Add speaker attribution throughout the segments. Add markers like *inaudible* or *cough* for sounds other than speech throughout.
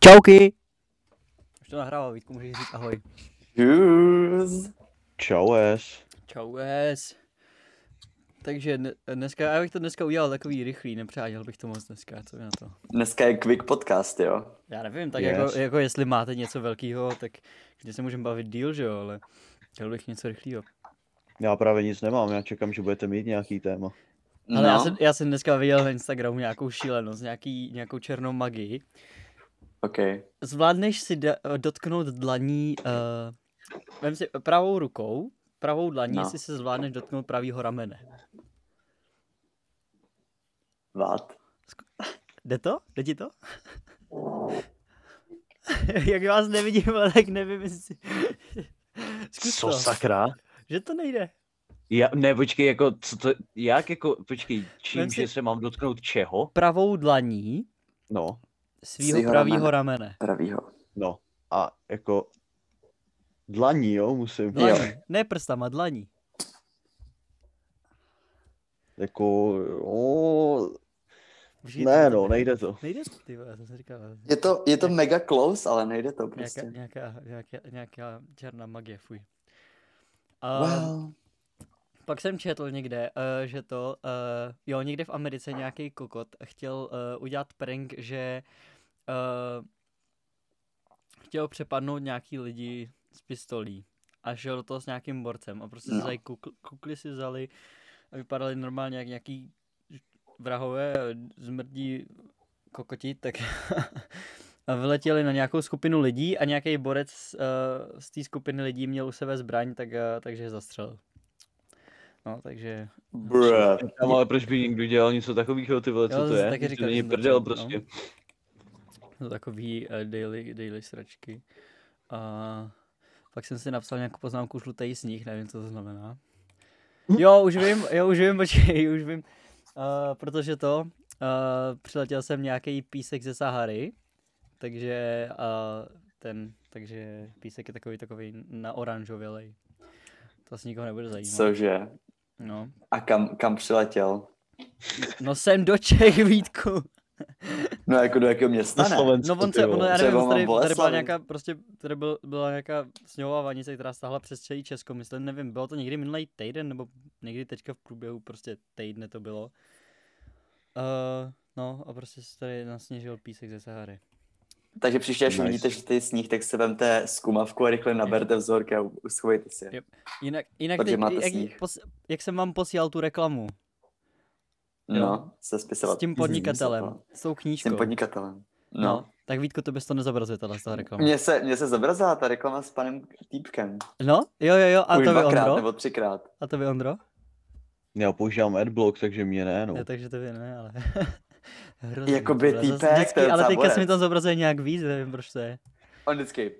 Speaker 1: Čauky! Už to nahrává, Vítku, můžeš říct ahoj.
Speaker 2: Čus.
Speaker 3: Čaues.
Speaker 1: Čau, es. Takže dne- dneska, já bych to dneska udělal takový rychlý, nepřáděl bych to moc dneska, co vy na to.
Speaker 2: Dneska je quick podcast, jo?
Speaker 1: Já nevím, tak
Speaker 3: Yes.
Speaker 1: jako, jako, jestli máte něco velkého, tak když se můžeme bavit díl, že jo, ale chtěl bych něco rychlého.
Speaker 3: Já právě nic nemám, já čekám, že budete mít nějaký téma.
Speaker 1: Ale no. já, jsem, já jsem dneska viděl na Instagramu nějakou šílenost, nějaký, nějakou černou magii.
Speaker 2: OK.
Speaker 1: Zvládneš si da- dotknout dlaní, uh, vem si pravou rukou, pravou dlaní,
Speaker 2: No.
Speaker 1: no. si se zvládneš dotknout pravýho ramene.
Speaker 2: Vát.
Speaker 1: Jde to? Jde ti to? *laughs* Jak vás nevidím, ale tak nevím, jestli... Zkus to,
Speaker 3: sakra?
Speaker 1: že to nejde.
Speaker 3: Já, ne, počkej, jako, co to, jak, jako, počkej,
Speaker 1: Vem
Speaker 3: čím,
Speaker 1: si-
Speaker 3: že se mám dotknout čeho?
Speaker 1: Pravou dlaní
Speaker 3: No,
Speaker 1: svýho
Speaker 2: Svýho
Speaker 1: pravýho ramene.
Speaker 2: Pravýho.
Speaker 3: no, a jako, dlaní, jo, musím,
Speaker 2: No.
Speaker 1: Dlaní, ne prstama, dlaní.
Speaker 3: jako, o,
Speaker 1: Užij
Speaker 3: ne,
Speaker 1: to.
Speaker 3: no, nejde to.
Speaker 1: Nejde to, ty vole, já jsem si říkal.
Speaker 2: Je to, je to mega close, ale nejde to
Speaker 1: Nějaká,
Speaker 2: prostě.
Speaker 1: nějaká, nějaká, nějaká černá magie, fuj. A Ehm,
Speaker 2: Wow.
Speaker 1: pak jsem četl někde, uh, že to, uh, jo, někde v Americe nějaký kokot chtěl uh, udělat prank, že uh, chtěl přepadnout nějaký lidi s pistolí a šel do toho s nějakým borcem a prostě no.
Speaker 2: No.
Speaker 1: si vzali kukl, kukly si vzali a vypadali normálně jak nějaký vrahové zmrdí kokoti, tak *laughs* a vyletěli na nějakou skupinu lidí a nějaký borec uh, z té skupiny lidí měl u sebe zbraň, tak, uh, takže je zastřelil. No, takže...
Speaker 2: Bruh.
Speaker 3: Tam, ale proč by někdo dělal něco takového, ty vole,
Speaker 1: Jo,
Speaker 3: co to
Speaker 1: zase
Speaker 3: je?
Speaker 1: taky
Speaker 3: Taky
Speaker 1: říkal,
Speaker 3: říkal,
Speaker 1: že
Speaker 3: to není
Speaker 1: jsem to
Speaker 3: prdel
Speaker 1: četl, no.
Speaker 3: prostě.
Speaker 1: To takový uh, daily, daily sračky. A pak jsem si napsal nějakou poznámku žlutý sníh, nevím, co to znamená. Jo, už vím, jo, už vím, počkej, už vím. Uh, protože to, uh, přiletěl jsem nějaký písek ze Sahary, takže uh, ten, takže písek je takový, takový na oranžovělej. To asi nikoho nebude zajímat.
Speaker 2: Cože?
Speaker 1: No,
Speaker 2: A kam, kam přiletěl?
Speaker 1: no jsem do Čech, Vítku.
Speaker 2: No jako do jakého města,
Speaker 3: Na
Speaker 2: ne?
Speaker 3: Slovensku,
Speaker 1: No on
Speaker 3: ty
Speaker 1: se,
Speaker 3: vole.
Speaker 1: ono, já nevím,
Speaker 2: Třeba
Speaker 1: on
Speaker 2: mám
Speaker 1: tady, tady byla
Speaker 2: Boleslavi.
Speaker 1: nějaká, prostě, tady byl, byla nějaká sněhová vanice, která stáhla přes celý Česko, myslím, nevím, bylo to někdy minulý týden, nebo někdy teďka v průběhu prostě týdne to bylo. Uh, no a prostě se tady nasněžil písek ze Sahary.
Speaker 2: Takže příště, až
Speaker 3: Nice.
Speaker 2: vidíte, že ty sníh, tak si vemte zkumavku a rychle naberte vzorky a u- uschovejte si. je.
Speaker 1: Jo. Jinak, jinak
Speaker 2: Takže
Speaker 1: teď,
Speaker 2: máte
Speaker 1: jak,
Speaker 2: sníh.
Speaker 1: pos, jak jsem vám posílal tu reklamu jo.
Speaker 2: No, se spisovat.
Speaker 1: s tím
Speaker 2: Mhm,
Speaker 1: podnikatelem,
Speaker 2: spisovat.
Speaker 1: s tou
Speaker 2: S
Speaker 1: knížkou.
Speaker 2: tím podnikatelem.
Speaker 1: no.
Speaker 2: No.
Speaker 1: tak Vítko, to bys to nezobrazuje, tahle z toho reklama.
Speaker 2: Mně se, mně se zobrazila ta reklama s panem Týpkem.
Speaker 1: No, jo, jo, jo, a
Speaker 2: Už
Speaker 1: to vy
Speaker 2: dvakrát
Speaker 1: Ondro?
Speaker 2: nebo třikrát.
Speaker 1: A to vy Ondro?
Speaker 3: Já používám adblock, takže mě ne, no.
Speaker 1: Ne, takže to vy ne, ale... *laughs* Hrozný,
Speaker 2: Jakoby
Speaker 1: to bylo zase
Speaker 2: týpek,
Speaker 1: dětský,
Speaker 2: to je
Speaker 1: ale
Speaker 2: docela
Speaker 1: teďka
Speaker 2: borec.
Speaker 1: se mi tam zobrazuje nějak víc, nevím proč to je.
Speaker 2: On vždycky,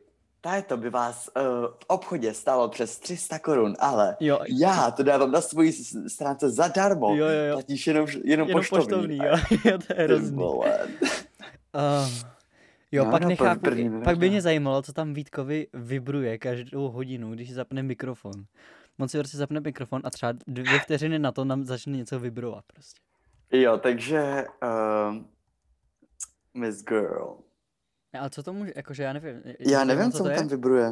Speaker 2: to by vás uh, v obchodě stálo přes 300 korun, ale
Speaker 1: Jo,
Speaker 2: já to dávám na svoji s- stránce zadarmo.
Speaker 1: jo, jo, jo.
Speaker 2: Platíš jenom, jenom,
Speaker 1: Jenom poštovný,
Speaker 2: *laughs*
Speaker 1: jo, jo, to je
Speaker 2: Ty
Speaker 1: hrozný.
Speaker 2: vole.
Speaker 1: Um, jo,
Speaker 2: No,
Speaker 1: pak
Speaker 2: no,
Speaker 1: nechápu,
Speaker 2: prv- první
Speaker 1: pak by
Speaker 2: minuta.
Speaker 1: mě zajímalo, co tam Vítkovi vibruje každou hodinu, když zapne mikrofon. On si prostě zapne mikrofon a třeba dvě vteřiny na to nám začne něco vibrovat prostě.
Speaker 2: Jo, takže uh, Miss Girl.
Speaker 1: Ne, Ale co to může, jakože já nevím. je-
Speaker 2: Já
Speaker 1: je-
Speaker 2: nevím,
Speaker 1: no,
Speaker 2: co
Speaker 1: to
Speaker 2: mu
Speaker 1: je?
Speaker 2: tam vibruje.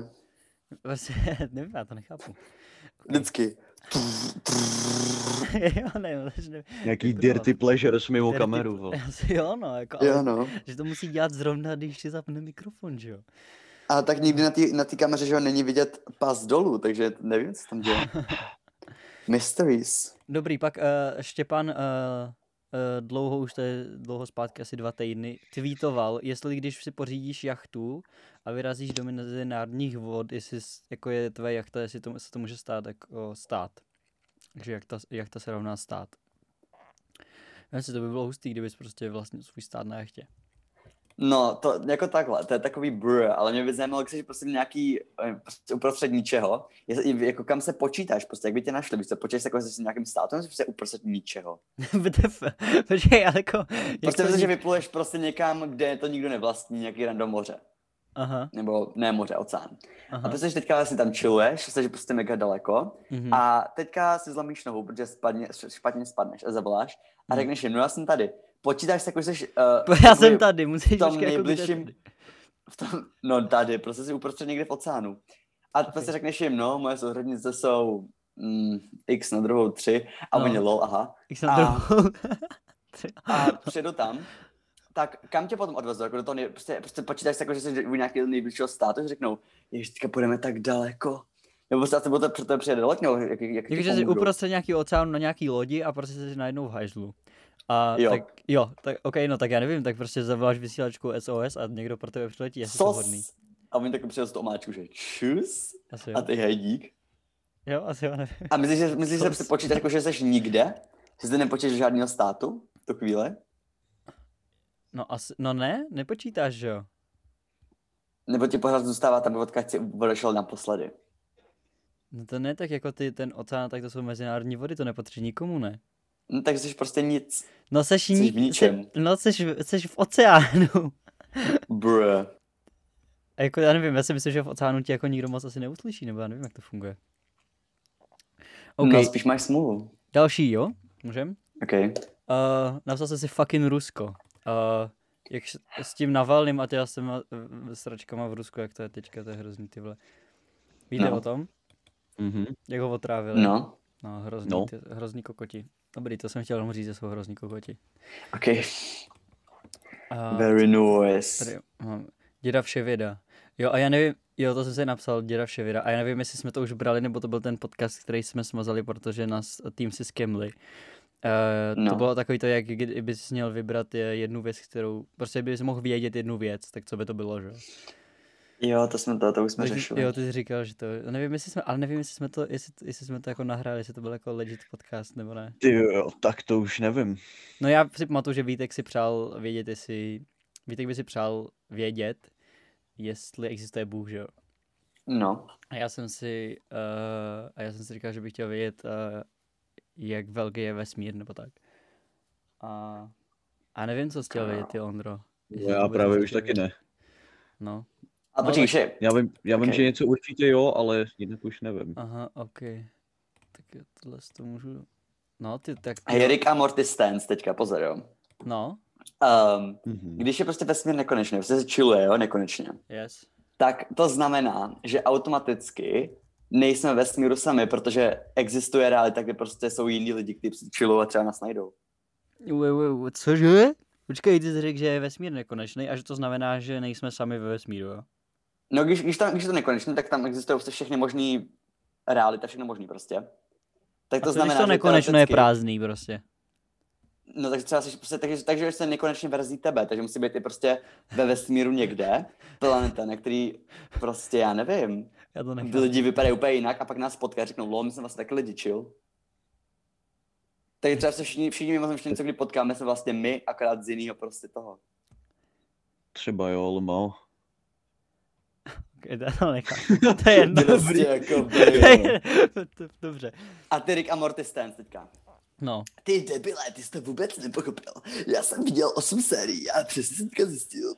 Speaker 1: Prostě, *laughs* nevím, já to nechápu. *laughs*
Speaker 2: Vždycky.
Speaker 1: jo, nevím, začne
Speaker 3: Nějaký
Speaker 1: Vytrvat.
Speaker 3: dirty pleasures mimo
Speaker 1: Dirty
Speaker 3: kameru, vole.
Speaker 1: Asi *laughs* Jo, no, jako, ale
Speaker 2: Jo, no.
Speaker 1: Že to musí dělat zrovna, když si zapne mikrofon, že jo?
Speaker 2: A tak nikdy na té na tý kameře, že ho není vidět pas dolů, takže nevím, co tam
Speaker 1: *laughs*
Speaker 2: dělá. Mysteries.
Speaker 1: Dobrý, pak uh, Štěpán uh, uh, eh, dlouho, už to je dlouho zpátky, asi dva týdny, tweetoval, jestli když si pořídíš jachtu a vyrazíš do mezinárodních vod, jestli s- jako je tvoje jachta, jestli to, se to může stát jako stát. Takže jachta, jachta se rovná stát. Nevím si, to by bylo hustý, kdybys prostě vlastně svůj stát na jachtě. *laughs*
Speaker 2: No, to jako takhle, to je takový brr, ale mě by zajímalo, když jsi prostě nějaký eh, prostě uprostřed ničeho, je, je- jako kam se počítáš, prostě jak by tě našli, když se počítáš jako s nějakým státem, jsi prostě uprostřed ničeho.
Speaker 1: VTF, počkej, ale jako...
Speaker 2: Prostě
Speaker 1: jak to
Speaker 2: myslím,
Speaker 1: vznik-
Speaker 2: že vypluješ prostě někam, kde to nikdo nevlastní, nějaký random moře,
Speaker 1: Aha,
Speaker 2: nebo ne moře, oceán. A
Speaker 1: aha.
Speaker 2: prostě že teďka vlastně tam chilluješ, jsi prostě mega daleko
Speaker 1: mhm.
Speaker 2: a teďka si zlomíš nohu, protože spadně, špatně spadneš a zavoláš a
Speaker 1: Hmm.
Speaker 2: řekneš jim, no já jsem tady. Počítáš se, jako že jsi... Uh,
Speaker 1: *laughs* *laughs* Já jsem tady,
Speaker 2: tom
Speaker 1: musíš počkat, jako kde
Speaker 2: nejbližším-
Speaker 1: tady.
Speaker 2: v tom, no tady, prostě si uprostřed někde v oceánu. A okay. prostě řekneš jim, no, moje souhrodnice jsou mm, x na druhou tři, a
Speaker 1: No.
Speaker 2: no. oni lol, aha.
Speaker 1: Jak jsem
Speaker 2: A- *laughs*
Speaker 1: druhou.
Speaker 2: A přijedu tam, tak kam tě potom odvezou? Jako do toho nej... prostě, prostě počítáš se jako, že jsi u nějakého nejbližšího státu, že řeknou, ježiš, teďka půjdeme tak daleko. Nebo prostě asi bude před tebe přijede loď, nebo jak, jak, jak ti
Speaker 1: Jakože jsi
Speaker 2: pomůžou?
Speaker 1: uprostřed nějakého oceánu na nějaký lodi a prostě jsi najednou v hajzlu. A
Speaker 2: Jo.
Speaker 1: tak, jo, tak, ok, no tak já nevím, tak prostě zavoláš vysílačku SOS a někdo pro tebe přiletí, jestli jsi hodný.
Speaker 2: Sos! A oni taky přijel z toho omáčku, že čus,
Speaker 1: Asi
Speaker 2: a
Speaker 1: jo.
Speaker 2: ty hejdík.
Speaker 1: jo, asi jo, nevím.
Speaker 2: A myslíš, že, myslíš, že
Speaker 1: Sos.
Speaker 2: si počítáš, jako, že jsi nikde? Že zde nepočítáš žádného státu? v Tu chvíli?
Speaker 1: No, asi, no ne, nepočítáš, že jo?
Speaker 2: Nebo ti pořád zůstává tam, odkud jsi odešel naposledy?
Speaker 1: No to ne, tak jako ty, ten oceán, tak to jsou mezinárodní vody, to nepatří nikomu, ne?
Speaker 2: No, tak jsi prostě nic.
Speaker 1: No seš,
Speaker 2: Seš
Speaker 1: ní-
Speaker 2: v ničem.
Speaker 1: Se, no seš, v- seš v oceánu.
Speaker 2: Brr.
Speaker 1: A jako já nevím, já si myslím, že v oceánu tě jako nikdo moc asi neuslyší, nebo já nevím, jak to funguje. OK,
Speaker 2: No, spíš máš smůlu.
Speaker 1: další, jo? Můžem?
Speaker 2: OK.
Speaker 1: Uh, napsal jsem si fucking Rusko. Uh, jak s- s tím Navalným a těla s těma eh, sračkama v Rusku, jak to je teďka, to je hrozný, ty vole. Víte
Speaker 2: No.
Speaker 1: o tom?
Speaker 3: Mhm.
Speaker 1: Jak ho otrávili?
Speaker 2: No,
Speaker 1: no hrozný,
Speaker 3: No.
Speaker 1: Ty, hrozný kokoti. Dobrý, to jsem chtěl jenom říct, že jsou hrozný kokoti.
Speaker 2: OK.
Speaker 1: Uh,
Speaker 2: Very nice.
Speaker 1: Tady mám děda Vševěda. Jo, a já nevím, jo, to jsem si napsal, děda Vševěda. A já nevím, jestli jsme to už brali, nebo to byl ten podcast, který jsme smazali, protože nás tým si skemli. Uh, no. To
Speaker 2: No.
Speaker 1: bylo takový to, jak kdyby jsi měl vybrat eh, jednu věc, kterou, prostě by jsi mohl vědět jednu věc, tak co by to bylo, že? jo?
Speaker 2: Jo, to jsme to, to už jsme
Speaker 1: Takže-
Speaker 2: řešili.
Speaker 1: Jo, ty jsi říkal, že to, nevím, jestli jsme, ale nevím, jestli jsme to, jestli, jestli jsme to jako nahráli, jestli to byl jako legit podcast, nebo ne.
Speaker 3: Ty jo, tak to už nevím.
Speaker 1: No já si pamatuju, že Vítek si přál vědět, jestli, Vítek by si přál vědět, jestli existuje Bůh, že jo?
Speaker 2: No.
Speaker 1: A já jsem si, uh, a já jsem si říkal, že bych chtěl vědět, uh, jak velký je vesmír, nebo tak. A, a nevím, co jsi chtěl vědět, ty Ondro. Jestli
Speaker 3: No, Já
Speaker 1: vůbec
Speaker 3: právě
Speaker 1: něco
Speaker 3: už
Speaker 1: chtěl
Speaker 3: taky
Speaker 1: vědět.
Speaker 3: ne.
Speaker 1: No,
Speaker 2: A
Speaker 1: No,
Speaker 2: počkej,
Speaker 1: tak-
Speaker 2: že...
Speaker 3: Já vím, já vím
Speaker 2: Ok.
Speaker 3: že něco určitě jo, ale jinak už nevím.
Speaker 1: aha, ok. Tak já tohle si to můžu... No, ty tak...
Speaker 2: Hej, Rick a Morty Stance teďka, pozor, jo.
Speaker 1: No,
Speaker 2: Um,
Speaker 3: Mhm.
Speaker 2: když je prostě vesmír nekonečný, prostě se chilluje, jo, nekonečně,
Speaker 1: yes.
Speaker 2: tak to znamená, že automaticky nejsme ve smíru sami, protože existuje realita, kde prostě jsou jiní lidi, kteří se chillují a třeba nás najdou.
Speaker 1: Ue, ue, ue, cože? Počkej, ty jsi řekl, že je vesmír nekonečný a že to znamená, že nejsme sami ve vesmíru, jo?
Speaker 2: No, když, když, tam, když je to nekonečné, tak tam existují prostě všechny možný realita, všechno možný prostě. Tak
Speaker 1: A
Speaker 2: to
Speaker 1: to,
Speaker 2: znamená,
Speaker 1: když to
Speaker 2: že
Speaker 1: nekonečno je
Speaker 2: teoreticky-
Speaker 1: prázdný prostě.
Speaker 2: No takže třeba jsi prostě, takže, takže jsi nekonečně verzí tebe, takže musí být i prostě ve vesmíru někde, planeta, na který prostě já nevím,
Speaker 1: Já to
Speaker 2: ty
Speaker 1: nechápu.
Speaker 2: lidi vypadají úplně jinak a pak nás potká a řeknou, lol, my jsme vlastně taky lidi, chill. Takže třeba se všichni, všichni mimo všichni, co kdy potkáme, jsme vlastně my, akorát z jiného prostě toho.
Speaker 3: Třeba jo, ale málo.
Speaker 1: Okay, já
Speaker 2: *laughs*
Speaker 1: to nechápu. To je jedno.
Speaker 2: Prostě jako, *laughs*
Speaker 1: *laughs* To je- to- Dobře.
Speaker 2: a ty Rick a Morty Stance teďka.
Speaker 1: No,
Speaker 2: Ty debile, ty jsi to vůbec nepochopil. Já jsem viděl 8 sérií a přesně jsem teďka zjistil.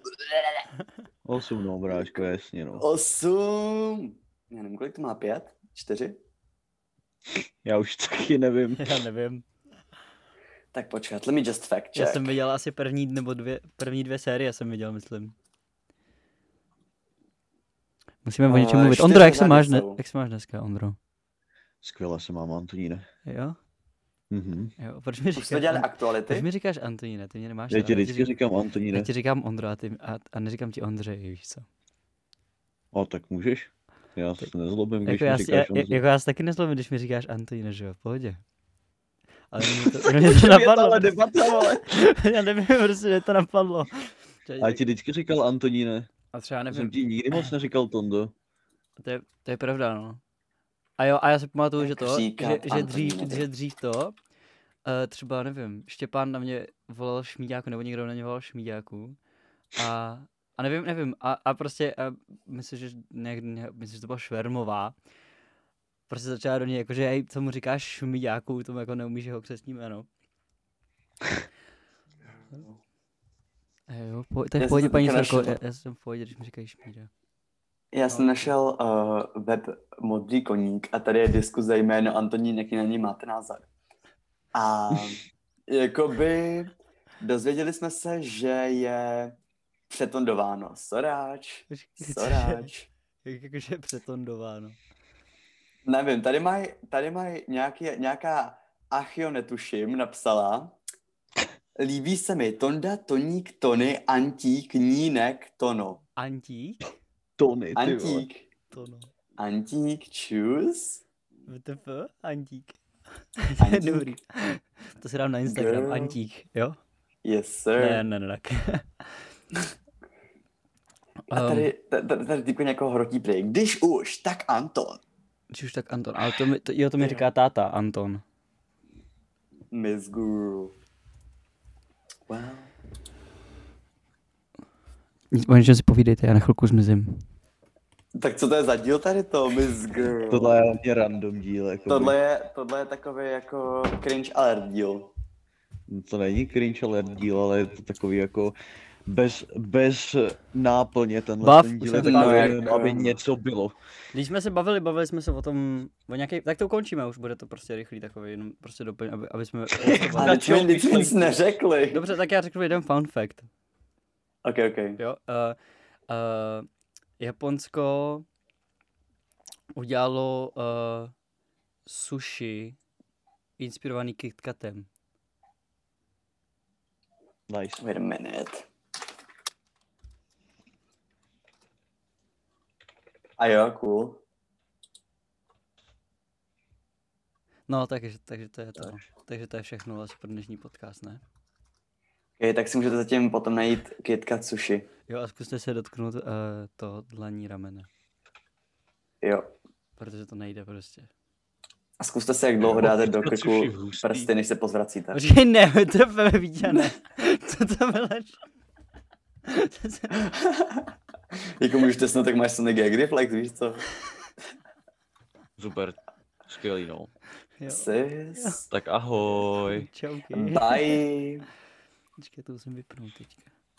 Speaker 3: Osm, no, bráško, jasně, no.
Speaker 2: Osm. Já nevím, kolik to má, pět? Čtyři?
Speaker 3: Já už *laughs* taky nevím.
Speaker 1: *laughs* já nevím.
Speaker 2: Tak počkat, let me just fact check.
Speaker 1: Já jsem viděl asi první nebo dvě, první dvě série jsem viděl, myslím. Musíme o
Speaker 2: Eh,
Speaker 1: něčem mluvit.
Speaker 2: čtyři
Speaker 1: Ondro, jak se
Speaker 2: pořády
Speaker 1: máš, dne,
Speaker 2: jsou.
Speaker 1: jak se máš dneska, Ondro?
Speaker 3: Skvěle se mám, Antoníne.
Speaker 1: Jo?
Speaker 3: Mhm.
Speaker 1: Jo, proč mi
Speaker 2: Už jsme
Speaker 1: říkáš,
Speaker 2: dělali
Speaker 1: An...
Speaker 2: aktuality.
Speaker 1: proč mi říkáš Antoníne, ty mě nemáš
Speaker 3: Já
Speaker 1: rád,
Speaker 3: ti vždycky
Speaker 1: říkám,
Speaker 3: říkám Antoníne.
Speaker 1: já ti říkám Ondro a, ty, a, a neříkám ti Ondřej, víš co.
Speaker 3: A tak můžeš. Já se nezlobím, když
Speaker 1: Jako
Speaker 3: mi
Speaker 1: já, si- já,
Speaker 3: říkáš Honzo.
Speaker 1: jako já se taky nezlobím, když mi říkáš Antoníne, že jo, v pohodě. Ale mě to, mě to napadlo,
Speaker 3: debata, ale.
Speaker 1: *laughs* já nevím, prostě mě to napadlo.
Speaker 3: A já ti vždycky říkal Antoníne.
Speaker 1: A třeba já
Speaker 3: Já
Speaker 1: nevím,
Speaker 3: jsem ti nikdy moc neříkal Tondo.
Speaker 1: To je, to je pravda, no. A jo, a já si pamatuju, že
Speaker 2: Jak
Speaker 1: to,
Speaker 2: říkat,
Speaker 1: že, že, dřív,
Speaker 2: Antoníne.
Speaker 1: že dřív to, uh, třeba, nevím, Štěpán na mě volal šmíďáku, nebo někdo na mě volal šmíďáku. A, a nevím, nevím, a, a prostě, a myslím, že, nějak, nějak- myslím, že to byla Švermová. Prostě začala do něj, jakože, hej, co mu říkáš šmíďáku, tomu jako neumíš jeho křesní jméno. A Eh, Jo, po, to
Speaker 2: Já jsem
Speaker 1: je v pohodě,
Speaker 2: se
Speaker 1: paní
Speaker 2: teďka
Speaker 1: Sarko, já,
Speaker 2: našel.
Speaker 1: já jsem v pohodě, když mi říkají šmíďák.
Speaker 2: Já jsem našel uh, web Modrý koník a tady je diskuze jméno Antonín, jaký na ní máte názor.
Speaker 1: *laughs*
Speaker 2: A jakoby dozvěděli jsme se, že je přetondováno.
Speaker 1: *laughs*
Speaker 2: Soráč,
Speaker 1: Počkej, co je?
Speaker 2: soráč.
Speaker 1: Jak- Jakože přetondováno.
Speaker 2: Nevím, tady mají tady maj nějaký, nějaká Achio netuším napsala. Líbí se mi Tonda, Toník, Tony, Antík, Nínek, Tono.
Speaker 1: Antík?
Speaker 3: Tony, ty vole.
Speaker 2: Antík,
Speaker 1: To no.
Speaker 2: Antík,
Speaker 3: *laughs*
Speaker 2: čus.
Speaker 1: VTF? Antík.
Speaker 2: Antík.
Speaker 1: Dobrý. To si dám na Instagram.
Speaker 2: Girl.
Speaker 1: Antík, jo?
Speaker 2: Yes, sir.
Speaker 1: Ne, ne, ne, tak. Um,
Speaker 2: A
Speaker 3: no,
Speaker 2: tady,
Speaker 3: um.
Speaker 2: tady, tady, tady týpko někoho hrotí prej. Když už, tak Anton.
Speaker 1: Když už tak Anton, ale to mi, to, jo, to mi
Speaker 2: Jo.
Speaker 1: říká táta Anton.
Speaker 2: Miss Guru. Wow.
Speaker 1: Nic o něčem si povídejte, já na chvilku zmizím.
Speaker 2: Tak co to je za díl tady to, Miss Girl?
Speaker 3: *laughs* Tohle je hodně random díl, jako
Speaker 2: tohle, je, tohle je takový jako cringe alert díl.
Speaker 3: to není cringe alert díl, ale je to takový jako bez, bez náplně tenhle
Speaker 1: Bav,
Speaker 3: ten
Speaker 1: už
Speaker 3: díl,
Speaker 1: jsme
Speaker 3: je
Speaker 1: se
Speaker 3: takový,
Speaker 2: bavili.
Speaker 3: jenom, aby něco bylo.
Speaker 1: Když jsme se bavili, bavili jsme se o tom, o nějaký, tak to ukončíme, už bude to prostě rychlý takový, jenom prostě doplň, aby,
Speaker 2: *laughs*
Speaker 1: aby jsme...
Speaker 2: Ale
Speaker 3: Na
Speaker 2: teď jsme
Speaker 3: čem
Speaker 2: nic, nic
Speaker 3: myšlenky?
Speaker 2: neřekli.
Speaker 1: Dobře, tak já řeknu jeden fun fact,
Speaker 2: Ok, ok.
Speaker 1: jo. Uh, uh, Japonsko udělalo uh, sushi inspirovaný KitKatem.
Speaker 3: Nice.
Speaker 2: Wait a minute. A jo, cool.
Speaker 1: No, takže, takže to je to. Takže to je všechno vlastně pro dnešní podcast, ne?
Speaker 2: Okay, tak si můžete zatím potom najít KitKat sushi.
Speaker 1: Jo, a zkuste se dotknout uh, toho dlaní ramene,
Speaker 2: Jo.
Speaker 1: protože to nejde prostě.
Speaker 2: A zkuste se, jak dlouho
Speaker 3: Jo,
Speaker 2: dáte do
Speaker 3: KitKat
Speaker 2: krku
Speaker 3: sushi hustý.
Speaker 2: prsty, než se pozvracíte.
Speaker 1: Počkej, ne, *laughs* to je vidíte, ne. Co to bylo? *laughs* To se-
Speaker 2: jako můžete snad, tak máš silný gag reflex, víš co?
Speaker 3: Super. Skvělý, no.
Speaker 1: jo.
Speaker 2: Sis.
Speaker 3: Tak ahoj.
Speaker 1: Čauky.
Speaker 2: Bye.
Speaker 1: Počkej, to musím vypnout teďka.